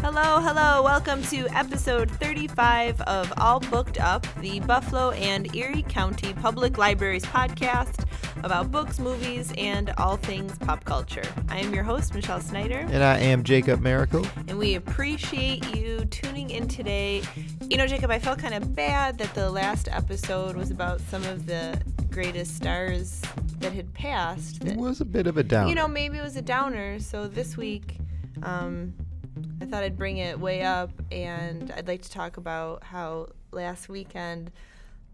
hello, hello. Welcome to episode 35 of All Booked Up, the Buffalo and Erie County Public Libraries podcast about books, movies, and all things pop culture. I am your host, Michelle Snyder. And I am Jacob Miracle. and we appreciate you tuning in today. You know, Jacob, I felt kind of bad that the last episode was about some of the greatest stars that had passed. It That, was a bit of a Oh. down. you know, maybe it was a downer. So this week, um, I thought I'd bring it way up, and I'd like to talk about how last weekend.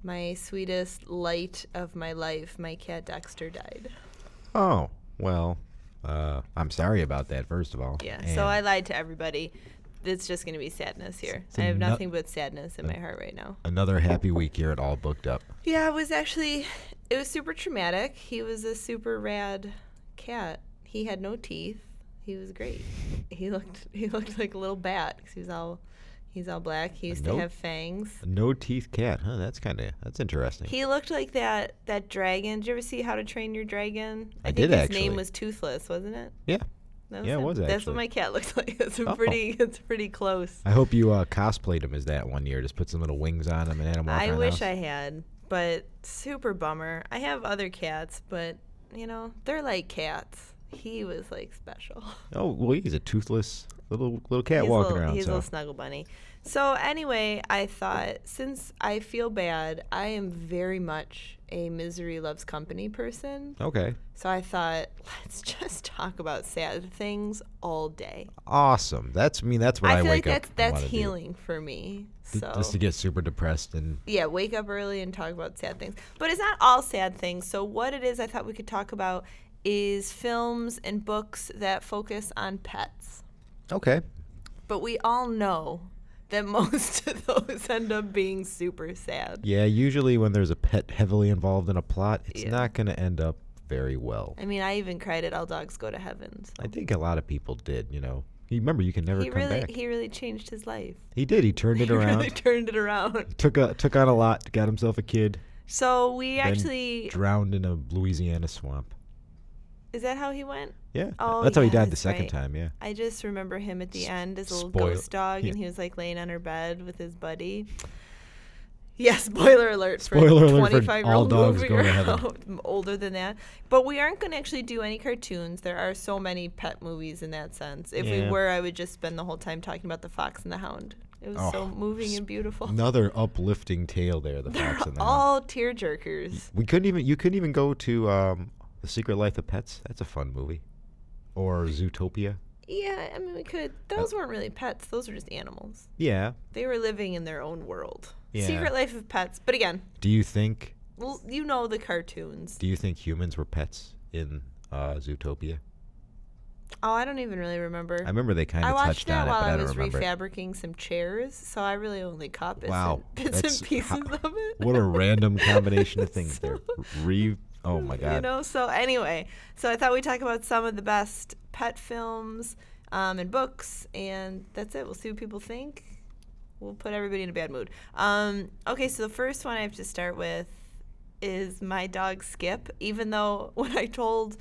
My sweetest light of my life, my cat Dexter died. Oh, well, uh, I'm sorry about that, first of all. Yeah, And so I lied to everybody. It's just going to be sadness here. I have no- nothing but sadness in my heart right now. Another happy week here at All Booked Up. Yeah, it was actually it was super traumatic. He was a super rad cat. He had no teeth. He was great. He looked he looked like a little bat because he was all he's all black. He used Nope. to have fangs. No teeth cat, huh? That's kind of that's interesting. He looked like that that dragon. Did you ever see How to Train Your Dragon? I think did, his actually. name was Toothless, wasn't it? yeah. That Yeah, it him. was That's what actually. my cat looks like. It's a Oh. pretty it's pretty close. I hope you uh, cosplayed him as that one year. Just put some little wings on him and had him walk I around the wish house. I had, but super bummer. I have other cats, but you know, they're like cats. He was like special. Oh, well, he's a toothless little little cat he's walking a little, around. he's a So. little snuggle bunny. So anyway, I thought since I feel bad, I am very much a misery loves company person. Okay. So I thought, let's just talk about sad things all day. Awesome. That's I mean that's what I, I feel wake like that's up and that's wanna do. healing for me. Th- So Just to get super depressed and yeah, wake up early and talk about sad things. But it's not all sad things. So what it is I thought we could talk about is films and books that focus on pets. okay. But we all know that most of those end up being super sad. Yeah, usually when there's a pet heavily involved in a plot, it's Yeah. not going to end up very well. I mean, I even cried at All Dogs Go to Heaven. So I think a lot of people did, you know. You remember you can never he come really back. he really changed his life. He did. He turned it he around. really turned it around. took a took on a lot. Got himself a kid. So we then actually drowned in a Louisiana swamp. is that how he went? Yeah, Oh, that's how he yeah, died the that's second right. time. Yeah, I just remember him at the end as a little spoil- ghost dog, yeah. and he was like laying on her bed with his buddy. Yeah, spoiler alert for Spoiler alert for 25 year all old dogs movie go or to heaven. how- older than that. But we aren't going to actually do any cartoons. There are so many pet movies in that sense. If we Yeah. were, I would just spend the whole time talking about The Fox and the Hound. It was so Oh, moving and beautiful. another uplifting tale there. The They're fox and the Hound. all tearjerkers. We couldn't even. You couldn't even go to um, the Secret Life of Pets. That's a fun movie, or Zootopia. Yeah, I mean, we could. Uh, Those weren't really pets, those were just animals. Yeah. They were living in their own world. Yeah. Secret Life of Pets. But again, Do you think? Well, you know the cartoons. Do you think humans were pets in uh, Zootopia? Oh, I don't even really remember. I remember they kind I of watched touched that on it, while but I, I don't was remember. refabricating some chairs, so I really only caught bits, Wow, and, bits that's- and pieces how- of it. What a random combination of things there. So- Re. Oh my God. You know, so anyway, so I thought we'd talk about some of the best pet films um, and books, and that's it. We'll see what people think. We'll put everybody in a bad mood. Um, okay, so the first one I have to start with is my dog Skip. Even though when I told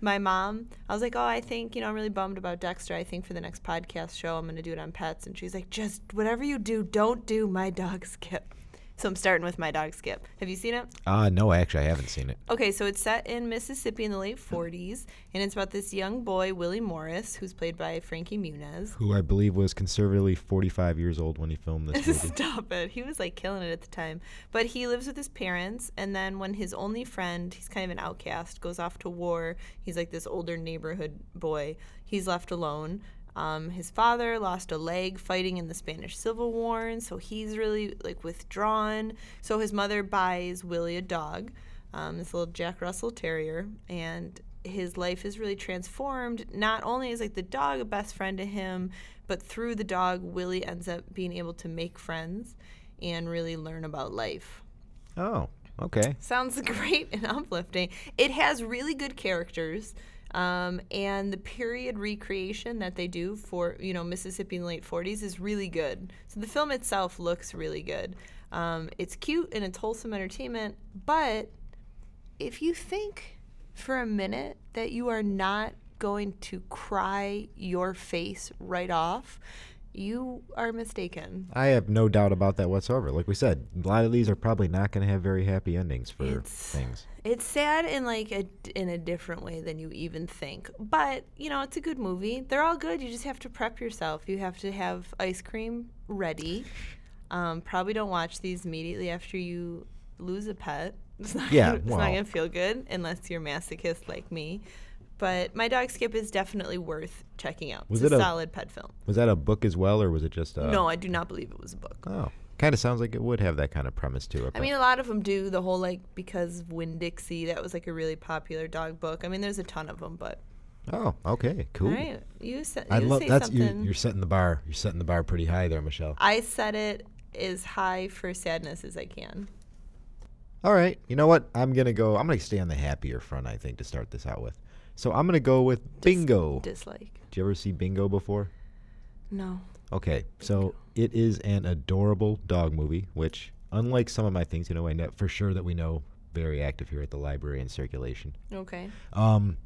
my mom, I was like, oh, I think, you know, I'm really bummed about Dexter. I think for the next podcast show, I'm going to do it on pets. And she's like, just whatever you do, don't do my dog Skip. So I'm starting with my dog Skip. Have you seen it? Uh, no, actually, I haven't seen it. Okay, so it's set in Mississippi in the late 40s, and it's about this young boy, Willie Morris, who's played by Frankie Muniz. who I believe was conservatively 45 years old when he filmed this movie. Stop it. He was like killing it at the time. But he lives with his parents, and then when his only friend, he's kind of an outcast, goes off to war, he's like this older neighborhood boy, he's left alone. Um, his father lost a leg fighting in the Spanish Civil War, and so he's really like withdrawn. So his mother buys Willie a dog, um, this little Jack Russell Terrier, and his life is really transformed. Not only is like the dog a best friend to him, but through the dog, Willie ends up being able to make friends and really learn about life. oh, okay. Sounds great and uplifting. It has really good characters. Um, and the period recreation that they do for you know Mississippi in the late 40s is really good. So the film itself looks really good. Um, it's cute and it's wholesome entertainment. But if you think for a minute that you are not going to cry your face right off, You are mistaken. I have no doubt about that whatsoever. Like we said, a lot of these are probably not going to have very happy endings for It's- things. It's sad in like a in a different way than you even think. But, you know, it's a good movie. They're all good. You just have to prep yourself. You have to have ice cream ready. Um, probably don't watch these immediately after you lose a pet. It's not Yeah, gonna, it's not well. going to feel good unless you're masochist like me. But My Dog Skip is definitely worth checking out. Was it's it a a- Oh. solid pet film. Was that a book as well, or was it just a? no, I do not believe it was a book. Oh, kind of sounds like it would have that kind of premise to it. I mean, a lot of them do the whole like because of Winn Dixie. That was like a really popular dog book. I mean, there's a ton of them, but but- oh, okay, cool. all right, you said I you love say that's you're, something. you're setting the bar. You're setting the bar pretty high there, Michelle. I said it as high for sadness as I can. All right, you know what? I'm gonna go. I'm gonna stay on the happier front. I think to start this out with. So I'm gonna go with Bingo. Dislike. Did you ever see Bingo before? No. Okay, so it is an adorable dog movie, which, unlike some of my things, you know, I know for sure that we know very active here at the library in circulation. Okay. Um,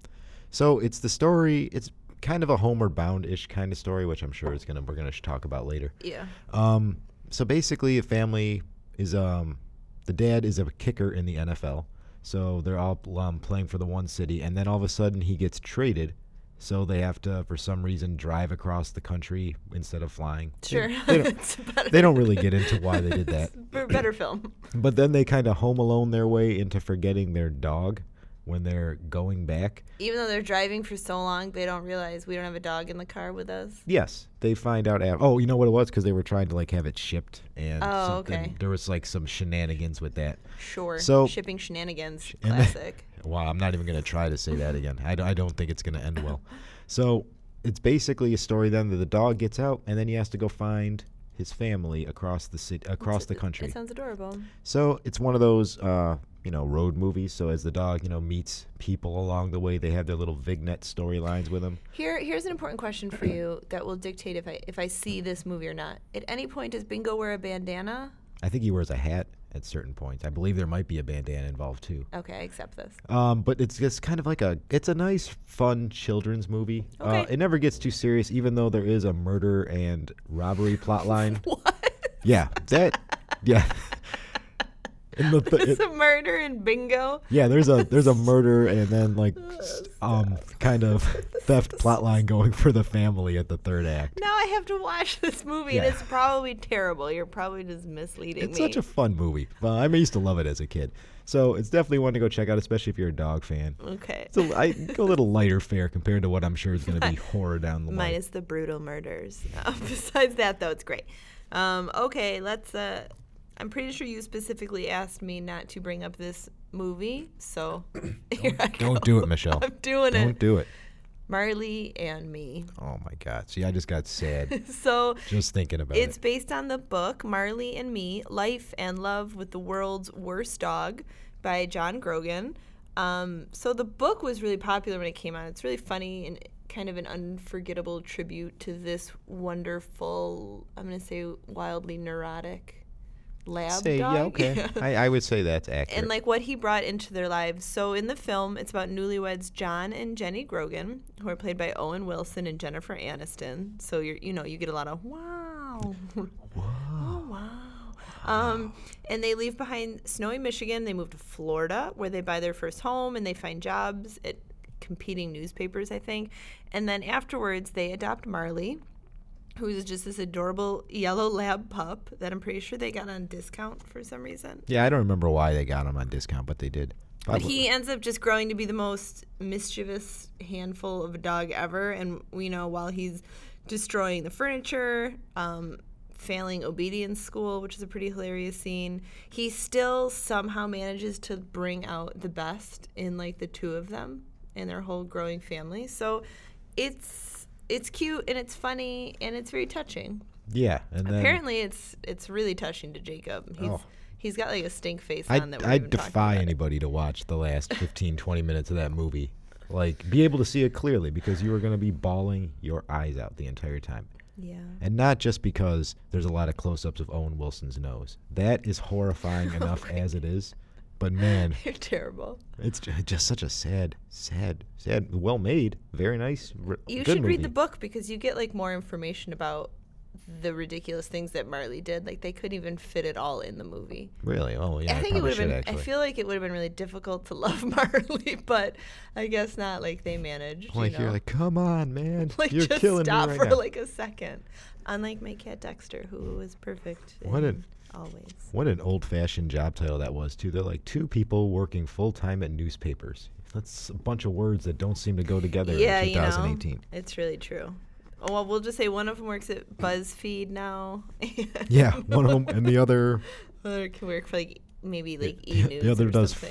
so it's the story. It's kind of a Homer Bound-ish kind of story, which I'm sure is gonna we're gonna sh- talk about later. Yeah. Um, so basically, a family is um, the dad is a kicker in the NFL, so they're all um, playing for the one city, and then all of a sudden he gets traded, so they have to for some reason drive across the country instead of flying. They- Sure. They, don't, It's a better- they don't really get into why they did that, it's a better film. but then they kind of home alone their way into forgetting their dog when they're going back. Even though they're driving for so long, they don't realize we don't have a dog in the car with us. Yes, they find out. Af- oh, you know what it was because they were trying to like have it shipped, and Oh, something, okay. there was like some shenanigans with that. Sure. So- shipping shenanigans, And then- classic. Wow, I'm not even going to try to say that again. I, d- I don't think it's going to end well. So it's basically a story then that the dog gets out, and then he has to go find his family across the city, across the country. It sounds adorable. So it's one of those, uh, you know, road movies. So as the dog, you know, meets people along the way, they have their little vignette storylines with him. Here, here's an important question for you that will dictate if I if I see this movie or not. At any point, does Bingo wear a bandana? I think he wears a hat at certain points. I believe there might be a bandana involved too. Okay, I accept this. Um, but it's just kind of like a it's a nice, fun children's movie. Uh, Okay. it never gets too serious, even though there is a murder and robbery plot line. What? yeah, that yeah. And the- the- It's it- a murder in Bingo. yeah, there's a there's a murder and then like Oh, s- um kind of theft plot line going for the family at the third act. Now I have to watch this movie, Yeah. and it's probably terrible. You're probably just misleading It's me. such a fun movie. Uh, I used to love it as a kid, so it's definitely one to go check out, especially if you're a dog fan. okay. It's a, I, a little lighter fare compared to what I'm sure is going to be horror down the line. Minus the brutal murders. Uh, besides that, though, it's great. Um, okay, let's. Uh, I'm pretty sure you specifically asked me not to bring up this movie, so here I go. Don't do it, Michelle. I'm doing Don't it. do it. Marley and me. Oh my God. See, I just got sad So just thinking about It's it. based on the book Marley and Me Life and Love with the World's Worst Dog by John Grogan. Um, so the book was really popular when it came out. It's really funny and kind of an unforgettable tribute to this wonderful, I'm going to say wildly neurotic lab Say, dog. yeah, okay. I, I would say that's accurate. and like what he brought into their lives. So in the film, it's about newlyweds John and Jenny Grogan, who are played by Owen Wilson and Jennifer Aniston. So you're you know you get a lot of wow, oh wow. Um, and they leave behind snowy Michigan. They move to Florida, where they buy their first home and they find jobs at competing newspapers, I think. And then afterwards, they adopt Marley, who is just this adorable yellow lab pup that I'm pretty sure they got on discount for some reason. yeah, I don't remember why they got him on discount, but they did. But Probably- he ends up just growing to be the most mischievous handful of a dog ever. And we know while he's destroying the furniture, um, failing obedience school, which is a pretty hilarious scene, he still somehow manages to bring out the best in like the two of them and their whole growing family. So it's it's cute and it's funny and it's very touching. yeah, and then Apparently, it's it's really touching to Jacob. He's Oh. he's got like a stink face I, on that. we're I even talking defy about it. anybody to watch the last 15, 20 minutes of that movie. Like, be able to see it clearly because you are going to be bawling your eyes out the entire time. Yeah. And not just because there's a lot of close ups of Owen Wilson's nose. That is horrifying enough as it is. But man, You're terrible. It's ju- just such a sad, sad, sad. Well made, very nice. r- You good should read the movie. book because you get like more information about the ridiculous things that Marley did. Like they couldn't even fit it all in the movie. Really? Oh yeah. I think it probably would have should been. actually. I feel like it would have been really difficult to love Marley, but I guess not. Like they managed. like you you're know? like, come on, man. like you're just killing stop me right for now. like a second. Unlike my cat Dexter, who is perfect. What in an- always. What an old-fashioned job title that was too. They're like two people working full-time at newspapers. That's a bunch of words that don't seem to go together Yeah, in you know, 2018. it's really true. Oh, Well, we'll just say one of them works at BuzzFeed now. Yeah, one of them and the other The other can work for like maybe like E News. the other or does something.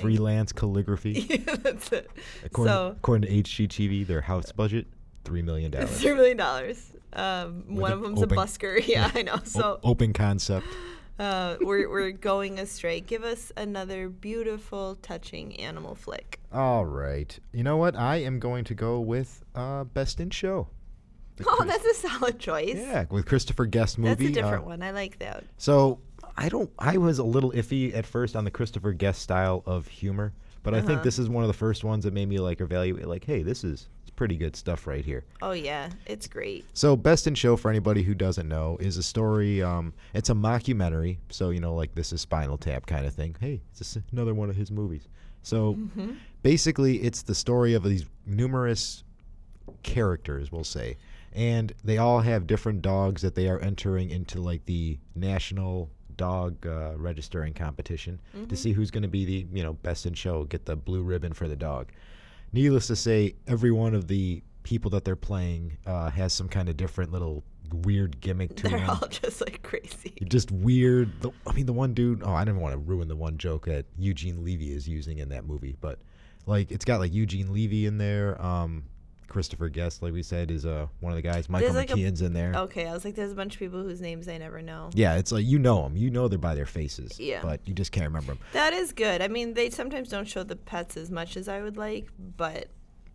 freelance calligraphy. yeah, that's it. According, so according to HGTV, their house budget three million it's dollars. three million dollars. Um, With one an of them's open- a busker. Yeah, I know. So open concept. uh, we're we're going astray. Give us another beautiful, touching animal flick. All right. You know what? I am going to go with uh, Best in Show. The Oh, Chris- that's a solid choice. yeah, with Christopher Guest movie. that's a different uh, one. I like that. So I don't. I was a little iffy at first on the Christopher Guest style of humor, but I Uh-huh. think this is one of the first ones that made me like evaluate. Like, hey, this is it's pretty good stuff right here. Oh yeah, it's great. So, Best in Show, for anybody who doesn't know, is a story. Um, it's a mockumentary. So, you know, like this is Spinal Tap kind of thing. Hey, it's just another one of his movies. So, basically, it's the story of these numerous characters, we'll say. And they all have different dogs that they are entering into, like, the national dog uh, registering competition to see who's going to be the, you know, best in show, get the blue ribbon for the dog needless to say, every one of the people that they're playing uh, has some kind of different little weird gimmick to They're them. all just like crazy. just weird. The, I mean, the one dude. Oh, I didn't want to ruin the one joke that Eugene Levy is using in that movie, but like it's got like Eugene Levy in there. Um, Christopher Guest, like we said, is uh, one of the guys. Michael like a- Oh. McKean's in there. Okay, I was like, there's a bunch of people whose names I never know. Yeah, it's like you know them. You know they're by their faces. Yeah. But you just can't remember them. That is good. I mean, they sometimes don't show the pets as much as I would like, but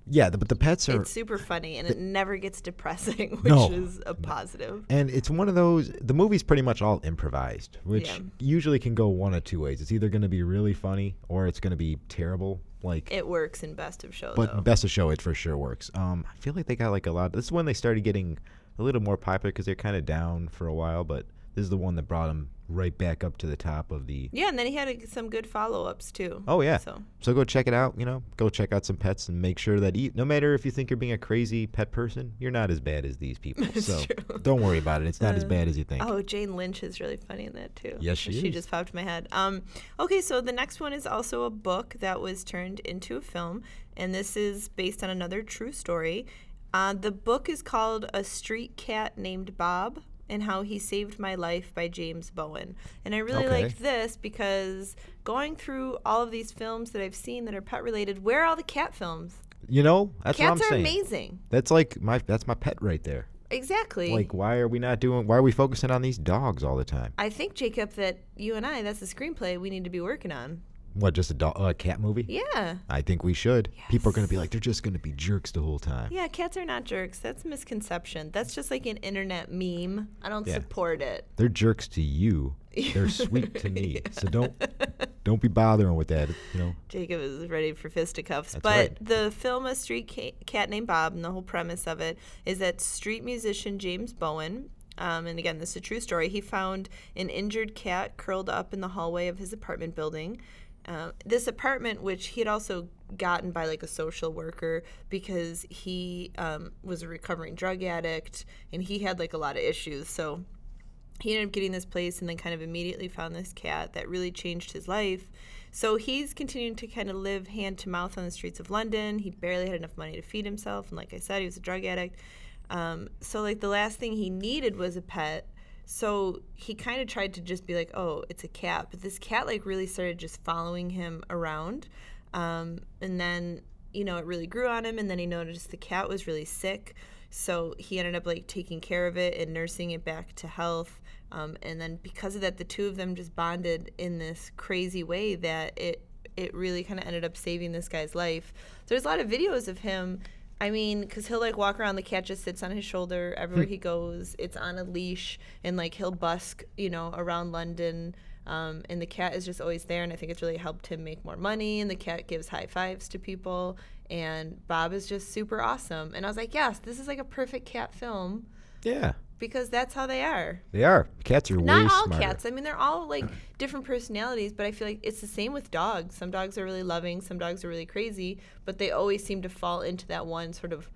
Yeah, the, but the pets are. it's super funny and it never gets depressing, which No. is a positive. And it's one of those. The movie's pretty much all improvised, which Yeah. usually can go one of two ways. It's either going to be really funny or it's going to be terrible. Like, It works in Best of Show, but though. best of show, it for sure works. Um, I feel like they got like a lot. This is when they started getting a little more popular because they're kind of down for a while. But this is the one that brought them right back up to the top of the. Yeah, and then he had a, some good follow ups, too. Oh yeah. So, So go check it out. You know, go check out some pets and make sure that eat. No matter if you think you're being a crazy pet person, you're not as bad as these people. so true. don't worry about it. It's not as bad as you think. oh, Jane Lynch is really funny in that, too. Yes, she She is. just popped in my head. Um, okay, so the next one is also a book that was turned into a film, and this is based on another true story. Uh, the book is called A Street Cat Named Bob and How He Saved My Life by James Bowen. And I really Okay. liked this because going through all of these films that I've seen that are pet related, where are all the cat films? You know, that's what I'm Cats are saying. amazing. That's like my that's my pet right there. Exactly. Like why are we not doing why are we focusing on these dogs all the time? I think, Jacob, that you and I, that's the screenplay we need to be working on. What just a dog a cat movie? Yeah. I think we should. People are going to be like they're just going to be jerks the whole time. Yeah, cats are not jerks. That's a misconception. That's just like an internet meme. I don't Yeah. support it. They're jerks to you. They're sweet to me. So don't don't be bothering with that, you know. Jacob is ready for fisticuffs. but right. the film A Street Ca- Cat Named Bob, and the whole premise of it is that street musician James Bowen, um, and again, this is a true story, he found an injured cat curled up in the hallway of his apartment building. Uh, this apartment, which he had also gotten by like a social worker because he um, was a recovering drug addict and he had like a lot of issues. So he ended up getting this place and then kind of immediately found this cat that really changed his life. So he's continuing to kind of live hand to mouth on the streets of London. He barely had enough money to feed himself. And like I said, he was a drug addict. Um, so, like, the last thing he needed was a pet. So he kind of tried to just be like, oh, it's a cat. But this cat, like, really started just following him around. Um, and then, you know, it really grew on him. And then he noticed the cat was really sick. So he ended up, like, taking care of it and nursing it back to health. Um, and then because of that, the two of them just bonded in this crazy way that it, it really kind of ended up saving this guy's life. So there's a lot of videos of him I mean, because he'll like walk around, the cat just sits on his shoulder everywhere he goes. It's on a leash, and like he'll busk, you know, around London. Um, and the cat is just always there, and I think it's really helped him make more money. And the cat gives high fives to people, and Bob is just super awesome. And I was like, yes, this is like a perfect cat film. Yeah. because that's how they are. They are. Cats are way Not all smarter. cats. I mean, they're all like different personalities, but I feel like it's the same with dogs. Some dogs are really loving, some dogs are really crazy, but they always seem to fall into that one sort of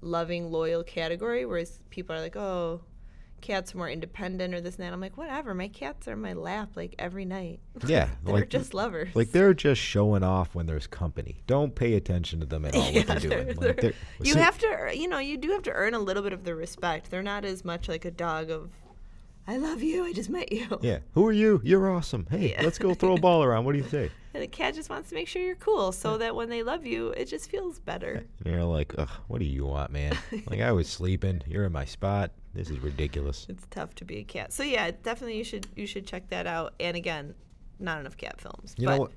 loving, loyal category, whereas people are like, oh, cats are more independent or this and that. I'm like, whatever. My cats are in my lap like every night. Yeah, they're like- just lovers. Like they're just showing off when there's company. Don't pay attention to them at all. Yeah, what they're doing. they're- Like, they're- they're- you so- have to, ear- you know, you do have to earn a little bit of the respect. They're not as much like a dog of, I love you, I just met you. Yeah. Who are you? You're awesome. Hey, Yeah. let's go throw a ball around. What do you say? And the cat just wants to make sure you're cool so that when they love you, it just feels better. And you're like, Ugh, what do you want, man? Like I was sleeping. You're in my spot. This is ridiculous. It's tough to be a cat. So yeah, definitely you should you should check that out. And again, not enough cat films. You but know what?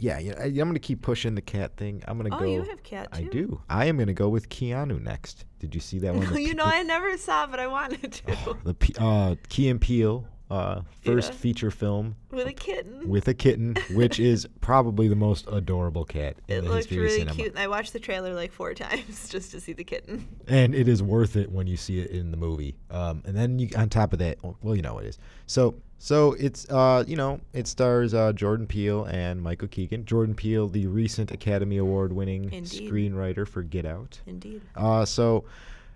Yeah, yeah. I, I'm gonna keep pushing the cat thing. I'm gonna Oh, go. you have cat, I too. do. I am gonna go with Keanu next. Did you see that one? The you pe- know, I never saw, but I wanted to. the pe- uh, Key and Peele uh, first Yeah. feature film With a kitten. with a kitten, which is probably the most adorable cat in it the looked history really of cinema. cute. And I watched the trailer like four times just to see the kitten. and it is worth it when you see it in the movie. Um, and then you, on top of that, oh, well, you know it is. So so it's uh, you know it stars uh, Jordan Peele and Michael Keegan. Jordan Peele, the recent Academy Award winning Indeed. screenwriter for Get Out. Indeed. Uh, so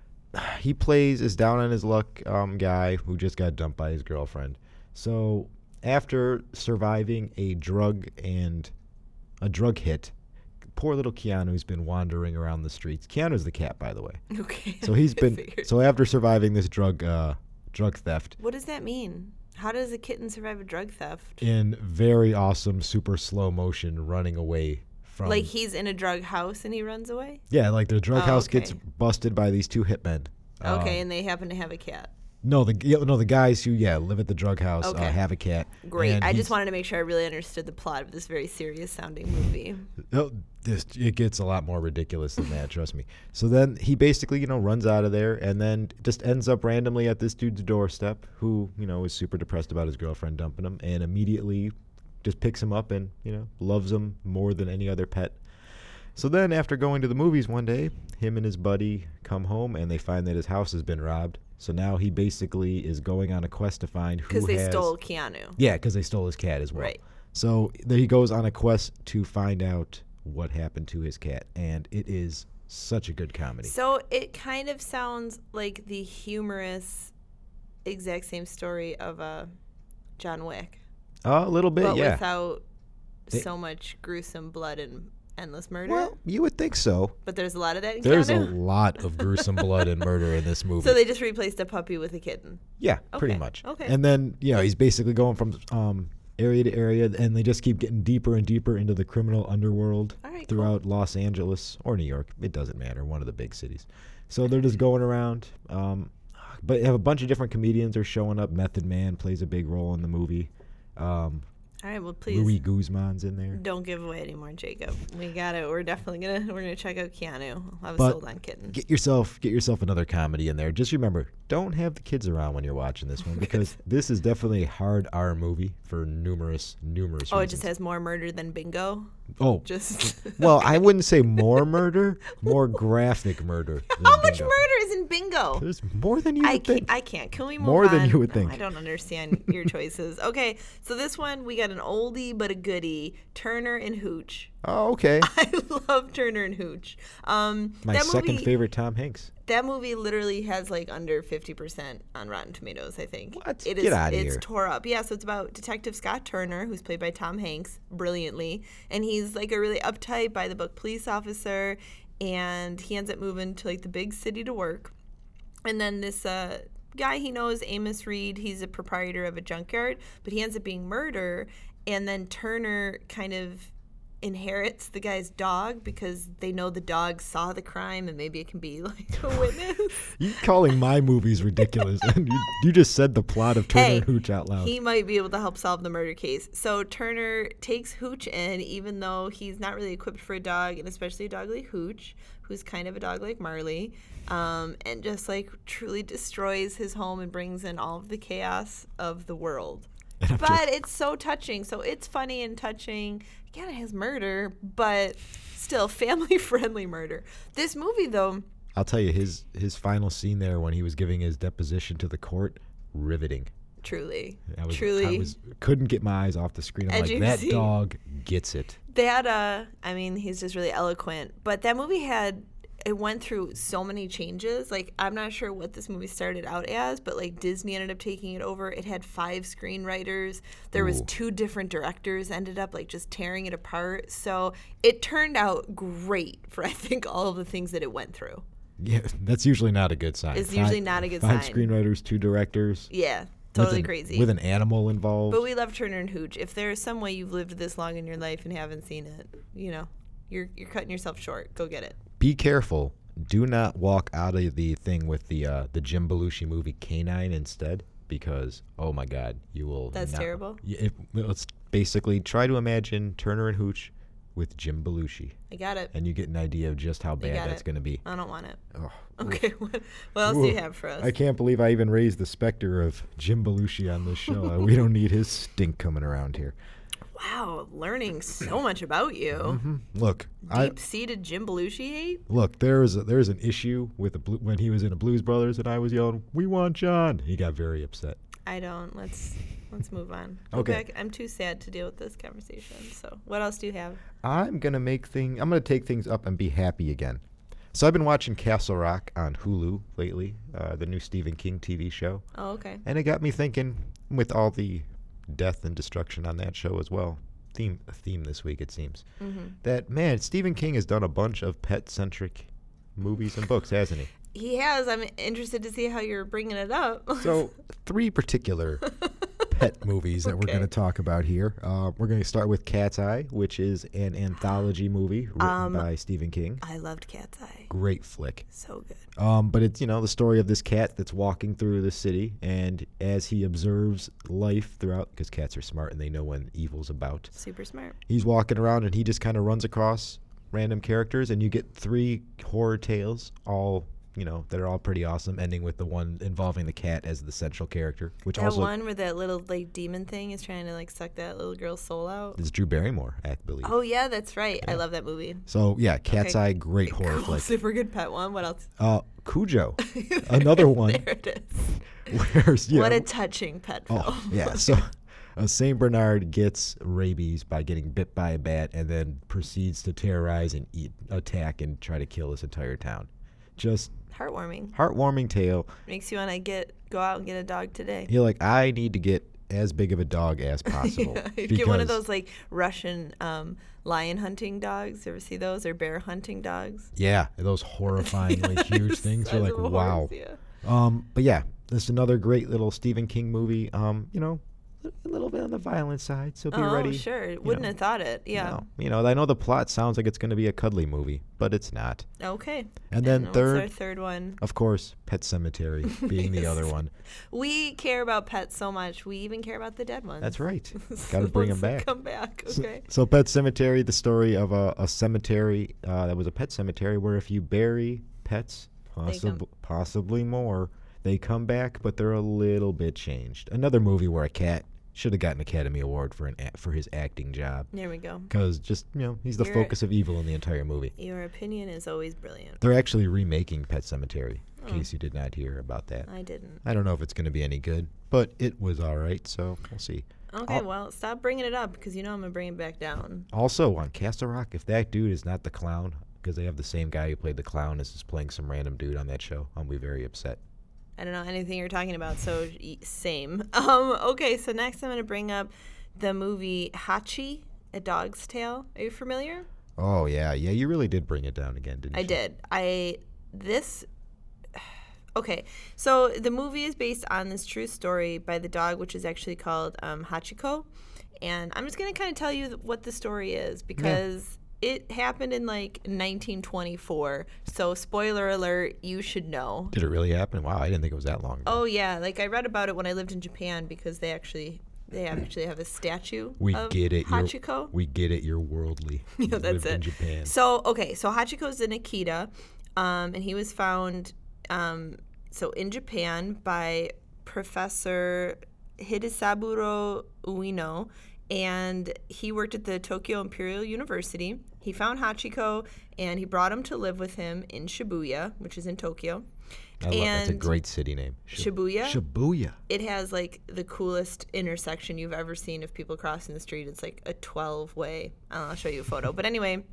he plays this down on his luck um, guy who just got dumped by his girlfriend. So after surviving a drug and a drug hit, poor little Keanu's been wandering around the streets. Keanu's the cat, by the way. Okay. So he's I been figured. so after surviving this drug uh, drug theft What does that mean? How does a kitten survive a drug theft? in very awesome, super slow motion, running away from like he's in a drug house and he runs away? yeah, like the drug Oh, house gets okay. busted by these two hitmen. Uh, Okay, and they happen to have a cat. No, the yeah, no the guys who yeah live at the drug house Okay. uh, have a cat. Great. and I he's- just wanted to make sure I really understood the plot of this very serious sounding movie. Oh, this it gets a lot more ridiculous than that. trust me. So then he basically you know runs out of there and then just ends up randomly at this dude's doorstep, who you know is super depressed about his girlfriend dumping him, and immediately just picks him up and you know loves him more than any other pet. So then, after going to the movies one day, him and his buddy come home and they find that his house has been robbed. So now he basically is going on a quest to find who Because they has- stole Keanu. Yeah, because they stole his cat as well. Right. So there he goes on a quest to find out what happened to his cat, and it is such a good comedy. So it kind of sounds like the humorous, exact same story of uh, John Wick, a little bit, but yeah. without They- so much gruesome blood and endless murder. well, you would think so. but there's a lot of that in There's a Keanu. lot of gruesome blood and murder in this movie. so they just replaced a puppy with a kitten. yeah, pretty Okay, much. okay. And then you know he's basically going from um, area to area, and they just keep getting deeper and deeper into the criminal underworld All right, cool. throughout Los Angeles or New York. It doesn't matter, one of the big cities. So they're just going around. Um, but have a bunch of different comedians are showing up. Method Man plays a big role in the movie. Um, All right, well, please Louis Guzman's in there. don't give away anymore, Jacob. We got it. We're definitely gonna we're gonna check out Keanu. I was But- sold on kitten. Get yourself get yourself another comedy in there. Just remember, don't have the kids around when you're watching this one because this is definitely a hard R movie for numerous numerous. Oh, it reasons. just has more murder than bingo. oh Just Well, I wouldn't say more murder, more graphic murder. how than much Bingo. murder is in bingo? There's more than you I would can't, think. I can't. Can we move More than on? you would No, think. I don't understand your choices. Okay, so this one we got an oldie but a goodie. Turner and Hooch. Oh, okay. I love Turner and Hooch. Um, My that second movie, favorite Tom Hanks. That movie literally has like under fifty percent on Rotten Tomatoes. I think. What? It is. Get outta it's here. tore up. Yeah. So it's about Detective Scott Turner, who's played by Tom Hanks brilliantly, and he's like a really uptight by the book police officer, and he ends up moving to like the big city to work. And then this uh, guy he knows, Amos Reed, he's a proprietor of a junkyard, but he ends up being murdered. And then Turner kind of inherits the guy's dog because they know the dog saw the crime and maybe it can be like a witness. You calling my movies ridiculous? and you, you just said the plot of Turner Hey, and Hooch out loud. He might be able to help solve the murder case. So Turner takes Hooch in, even though he's not really equipped for a dog, and especially a dog like Hooch, who's kind of a dog like Marley, um, and just like truly destroys his home and brings in all of the chaos of the world. But it's so touching. So it's funny and touching. Again, it has murder, but still family friendly murder. This movie, though, I'll tell you his his final scene there when he was giving his deposition to the court, riveting. Truly, I was, truly. I was couldn't get my eyes off the screen. I'm like, Edging that scene. dog gets it. that uh i mean he's just really eloquent but that movie had it went through so many changes like i'm not sure what this movie started out as but like disney ended up taking it over it had five screenwriters there was Ooh. two different directors ended up like just tearing it apart so it turned out great for i think all of the things that it went through Yeah, that's usually not a good sign. It's usually not a good five sign. screenwriters, two directors. yeah with totally an- crazy With an animal involved. but we love turner and hooch if there is some way you've lived this long in your life and haven't seen it you know you're, you're cutting yourself short go get it Be careful. Do not walk out of the thing with the uh, the Jim Belushi movie Canine instead, because oh my God, you will. That's not- terrible. Y- It, well, it's basically try to imagine Turner and Hooch with Jim Belushi, i got it and you get an idea of just how bad got that's it. going to be. I don't want it. Oh, Okay, what, what else do you Ooh. have for us? I can't believe I even raised the specter of Jim Belushi on this show. Uh, we don't need his stink coming around here. wow, learning so much about you. Look, Mm-hmm. I Deep seated Jim Belushi hate? look. There is a, there is an issue with a blue, when he was in a Blues Brothers, and I was yelling, "We want John." He got very upset. I don't. Let's let's move on. Go Okay. back. I'm too sad to deal with this conversation. So, what else do you have? I'm gonna make thing. I'm gonna take things up and be happy again. So I've been watching Castle Rock on Hulu lately, uh, the new Stephen King TV show, Oh, okay. and it got me thinking. With all the death and destruction on that show as well, theme a theme this week it seems that man Stephen King has done a bunch of pet centric movies and books, hasn't he? He has. I'm interested to see how you're bringing it up. So, three particular pet movies that we're Okay. going to talk about here. Uh, we're going to start with Cat's Eye, which is an anthology movie written by Stephen King. I loved Cat's Eye. Great flick. So good. Um, but it's, you know, the story of this cat that's walking through the city, and as he observes life throughout, because cats are smart and they know when evil's about, Super smart. he's walking around and he just kind of runs across random characters and you get three horror tales all you know that are all pretty awesome ending with the one involving the cat as the central character which That also one where that little like demon thing is trying to like suck that little girl's soul out. is drew barrymore i believe Oh yeah, that's right. I love that movie. so yeah cat's Okay. eye great horror flick Super good pet one. What else? uh cujo another one There it is. where yeah, What a touching pet film. oh, yeah so uh, saint bernard gets rabies by getting bit by a bat and then proceeds to terrorize and eat attack and try to kill this entire town just Heartwarming. heartwarming tale Makes you want to get go out and get a dog today. You're like, I need to get as big of a dog as possible. get one of because- those like Russian um, lion hunting dogs. Ever see those or bear hunting dogs? Yeah, those horrifyingly huge things. You're Size like, of a horse, wow. yeah. Um, but yeah, this is another great little Stephen King movie. Um, you know, a little bit on the violent side, so be Oh ready. sure, wouldn't have thought it. You Yeah. know, you know, I know the plot sounds like it's going to be a cuddly movie, but it's not. Okay. And then what's third, our third one. of course, Pet Cemetery being the other one. We care about pets so much. We even care about the dead ones. That's right. Got to bring them So back. Come back. Okay. So, Pet Cemetery, the story of a, a cemetery uh, that was a pet cemetery where if you bury pets, come- possib- possibly more, they come back, but they're a little bit changed. Another movie where a cat should have gotten an Academy Award for an a- for his acting job There we go. because just you know he's the You're- focus of evil in the entire movie. Your opinion is always brilliant. They're actually remaking Pet Cemetery. Oh. In case you did not hear about that, I didn't. I don't know if it's going to be any good, but it was all right. So we'll see. Okay, well, stop bringing it up because you know I'm gonna bring it back down. Also on Castle Rock, if that dude is not the clown, because they have the same guy who played the clown as is playing some random dude on that show, I'll be very upset. I don't know anything you're talking about, so y- same. Um, okay, so next I'm going to bring up the movie Hachi, A Dog's Tale. Are you familiar? Oh yeah, yeah, you really did bring it down again, didn't I you? did. I this okay. So the movie is based on this true story by the dog, which is actually called um, Hachiko. And I'm just gonna kind of tell you th- what the story is because it happened in like 1924. So spoiler alert, you should know. Did it really happen? Wow, I didn't think it was that long. Ago. Oh yeah, like I read about it when I lived in Japan because they actually they actually have a statue we of get it. you're- Hachiko. we get it. You're worldly. You Oh. that's lived in it. Japan. So okay, so Hachiko's an Akita, um, and he was found um, so in Japan by Professor Hidesaburo Ueno and he worked at the Tokyo Imperial University. He found Hachiko and he brought him to live with him in Shibuya, which is in Tokyo. I love, that's a And- great city name. Shib- Shibuya? Shibuya. it has like the coolest intersection you've ever seen of people crossing the street. It's like a 12 way. I'll show you a photo. But anyway,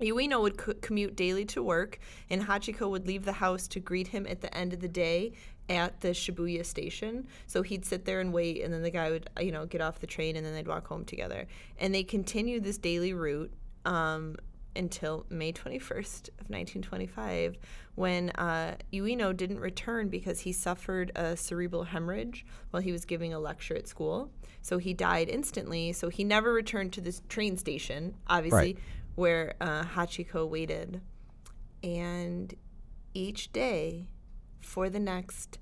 Ueno would co- commute daily to work, and Hachiko would leave the house to greet him at the end of the day at the Shibuya station. So he'd sit there and wait, and then the guy would, you know, get off the train, and then they'd walk home together. And they continued this daily route um, until May 21st of 1925, when uh, Ueno didn't return because he suffered a cerebral hemorrhage while he was giving a lecture at school. So he died instantly. So he never returned to this train station, obviously Right. where uh, Hachiko waited. And each day for the next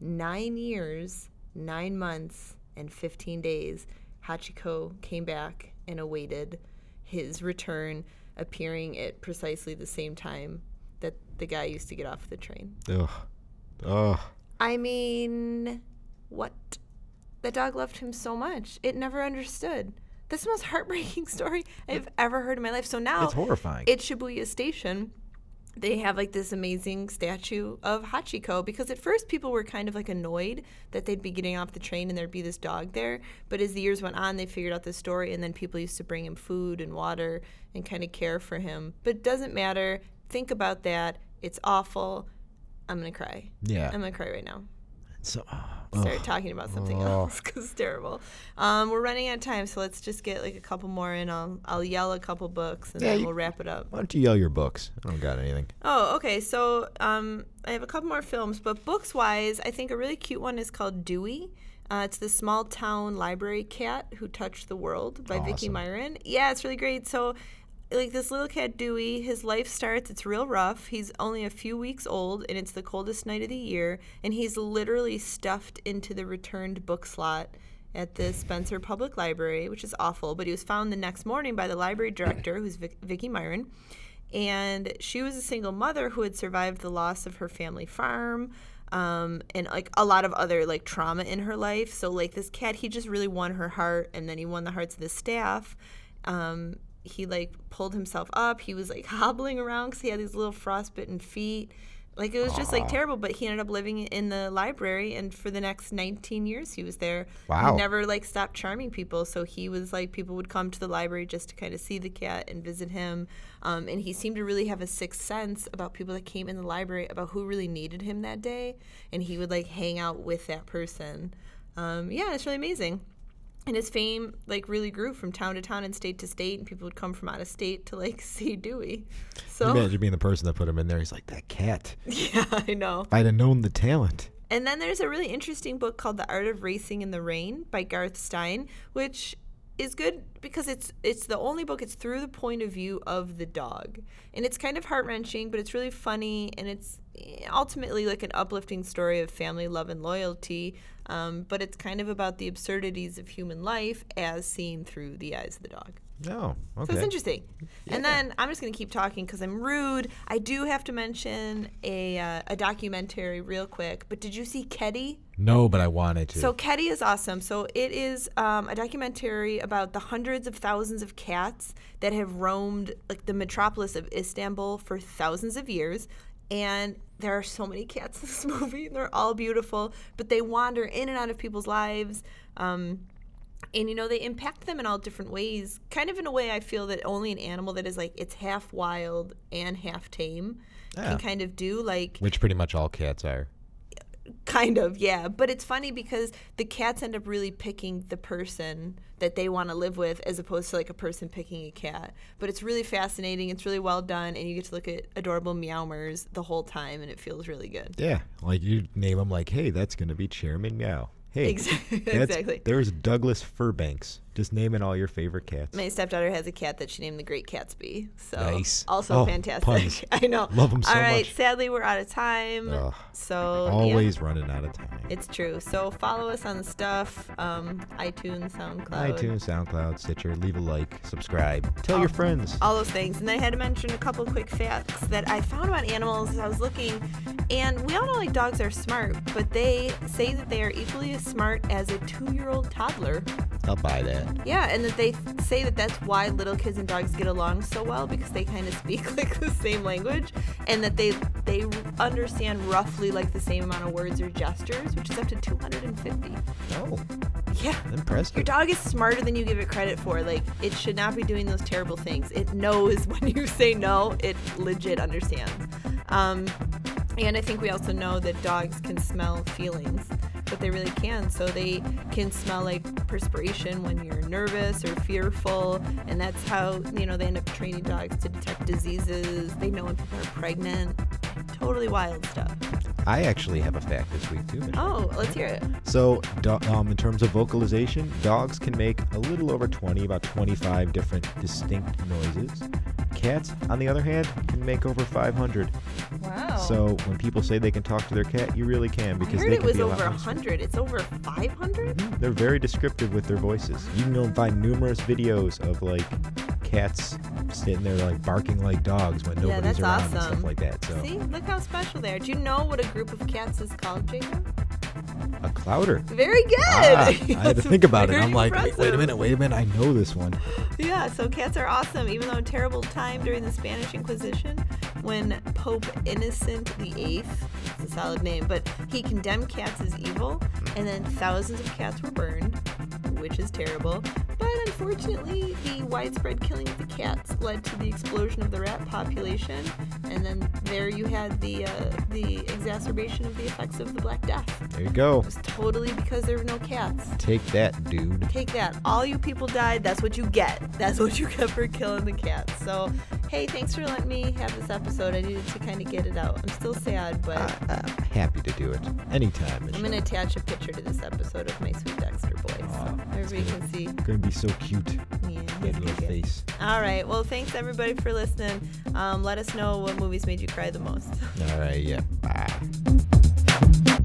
nine years, nine months, and 15 days, Hachiko came back and awaited his return, appearing at precisely the same time that the guy used to get off the train. Ugh. Ugh. Oh. I mean, what? The dog loved him so much. It never understood. That's the most heartbreaking story I've ever heard in my life. So now It's horrifying. at Shibuya Station, they have like this amazing statue of Hachiko because at first people were kind of like annoyed that they'd be getting off the train and there'd be this dog there. But as the years went on, they figured out this story and then people used to bring him food and water and kind of care for him. But it doesn't matter. Think about that. It's awful. I'm going to cry. yeah. I'm going to cry right now so, start talking about something Ugh. else 'cause it's terrible. Um, we're running out of time, so let's just get like a couple more in. I'll, I'll yell a couple books and Yeah, then you- we'll wrap it up. why don't you yell your books? I don't got anything. Oh, okay. So um, I have a couple more films, but books wise, I think a really cute one is called Dewey. Uh, it's the small town library cat who touched the world by Vicki Awesome. Myron. Yeah, it's really great. So, like this little cat Dewey, his life starts. It's real rough. He's only a few weeks old, and it's the coldest night of the year, and he's literally stuffed into the returned book slot at the Spencer Public Library, which is awful. But he was found the next morning by the library director, who's Vic- Vicki Myron and she was a single mother who had survived the loss of her family farm um, and like a lot of other like trauma in her life so like this cat he just really won her heart and then he won the hearts of the staff um, he like pulled himself up he was like hobbling around because he had these little frostbitten feet like it was just like terrible but he ended up living in the library and for the next 19 years he was there Wow. he never like stopped charming people so he was like people would come to the library just to kind of see the cat and visit him um, and he seemed to really have a sixth sense about people that came in the library about who really needed him that day and he would like hang out with that person um, yeah it's really amazing and his fame like really grew from town to town and state to state and people would come from out of state to like see dewey so Imagine being the person that put him in there. He's like, that cat. If yeah i know I'd have known the talent. And then there's a really interesting book called The Art of Racing in the Rain by Garth Stein, which is good because it's it's the only book it's through the point of view of the dog. And it's kind of heart-wrenching, but it's really funny and it's eh, ultimately like an uplifting story of family love and loyalty. Um, but it's kind of about the absurdities of human life as seen through the eyes of the dog. No. So Okay. it's interesting. And then I'm just going to keep talking because I'm rude. I do have to mention a, uh, a documentary real quick. But did you see Keddy? no, but I wanted to. So Keddy is awesome. So it is um, a documentary about the hundreds of thousands of cats that have roamed like the metropolis of Istanbul for thousands of years. And there are so many cats in this movie. They're all beautiful, but they wander in and out of people's lives. Um, and you know they impact them in all different ways kind of in a way i feel that only an animal that is like it's half wild and half tame Yeah. can kind of do like Which pretty much all cats are. kind of yeah but it's funny because the cats end up really picking the person that they want to live with as opposed to like a person picking a cat but it's really fascinating it's really well done and you get to look at adorable meowmers the whole time and it feels really good Yeah. Like you name him like, hey, that's going to be Chairman Meow. Hey. Exactly- that's- exactly. There's Douglas Furbanks. Just naming all your favorite cats. my stepdaughter has a cat that she named the Great Catsby. So Nice. also Oh, fantastic. puns. I know. Love 'em so All right, much. sadly we're out of time. Ugh. So yeah, Always running out of time. it's true. So follow us on the stuff, um, iTunes, SoundCloud. iTunes, SoundCloud, Stitcher. Leave a like, subscribe, tell your friends. all those things. And then I had to mention a couple quick facts that I found about animals as I was looking. And we all know like dogs are smart, but they say that they are equally as smart as a two-year-old toddler. I'll buy that. Yeah, and that they th- say that that's why little kids and dogs get along so well because they kind of speak like the same language, and that they they understand roughly like the same amount of words or gestures, which is up to 250. Oh, Yeah. impressive. Your dog is smarter than you give it credit for. Like, it should not be doing those terrible things. It knows when you say no, it legit understands. Um, and I think we also know that dogs can smell feelings, but they really can. So they can smell like perspiration when you're nervous or fearful. And that's how, you know, they end up training dogs to detect diseases. They know when people are pregnant. Totally wild stuff. I actually have a fact this week too. Michelle. Oh, let's hear it. So, do- um, in terms of vocalization, dogs can make a little over 20, about 25 different distinct noises. Cats, on the other hand, can make over 500. Wow. So, when people say they can talk to their cat, you really can because Oh. I heard they it can was be a over lot more 100. It's over 500? Mhm. They're very descriptive with their voices. You can go and find numerous videos of like cats sitting there like barking like dogs when Yeah, nobody's that's around and awesome. stuff like that. So See, look how special they are. Do you know what a group of cats is called, Jacob? a clouder. Very good. Ah, I had to That's think about it. very I'm like, wait, wait a impressive. minute, wait a minute. I know this one. Yeah, so cats are awesome, even though a terrible time during the Spanish Inquisition when Pope Innocent VIII, it's a solid name, but he condemned cats as evil, and then thousands of cats were burned, which is terrible. But unfortunately, the widespread killing of the cats led to the explosion of the rat population, and then there you had the uh, the exacerbation of the effects of the Black Death. There you go. It was totally because there were no cats. Take that, dude. Take that. All you people died. That's what you get. That's what you get for killing the cats. So, hey, thanks for letting me have this episode. I needed to kind of get it out. I'm still sad, but Uh, Happy to do it anytime. I'm Michelle. going to attach a picture to this episode of my sweet Dexter boy. So Aw, that's everybody good. can see. Gonna be so cute. Yeah, he's That little good. face. All right. Well, thanks everybody for listening. Um, let us know what movies made you cry the most. All right. Yeah. Bye.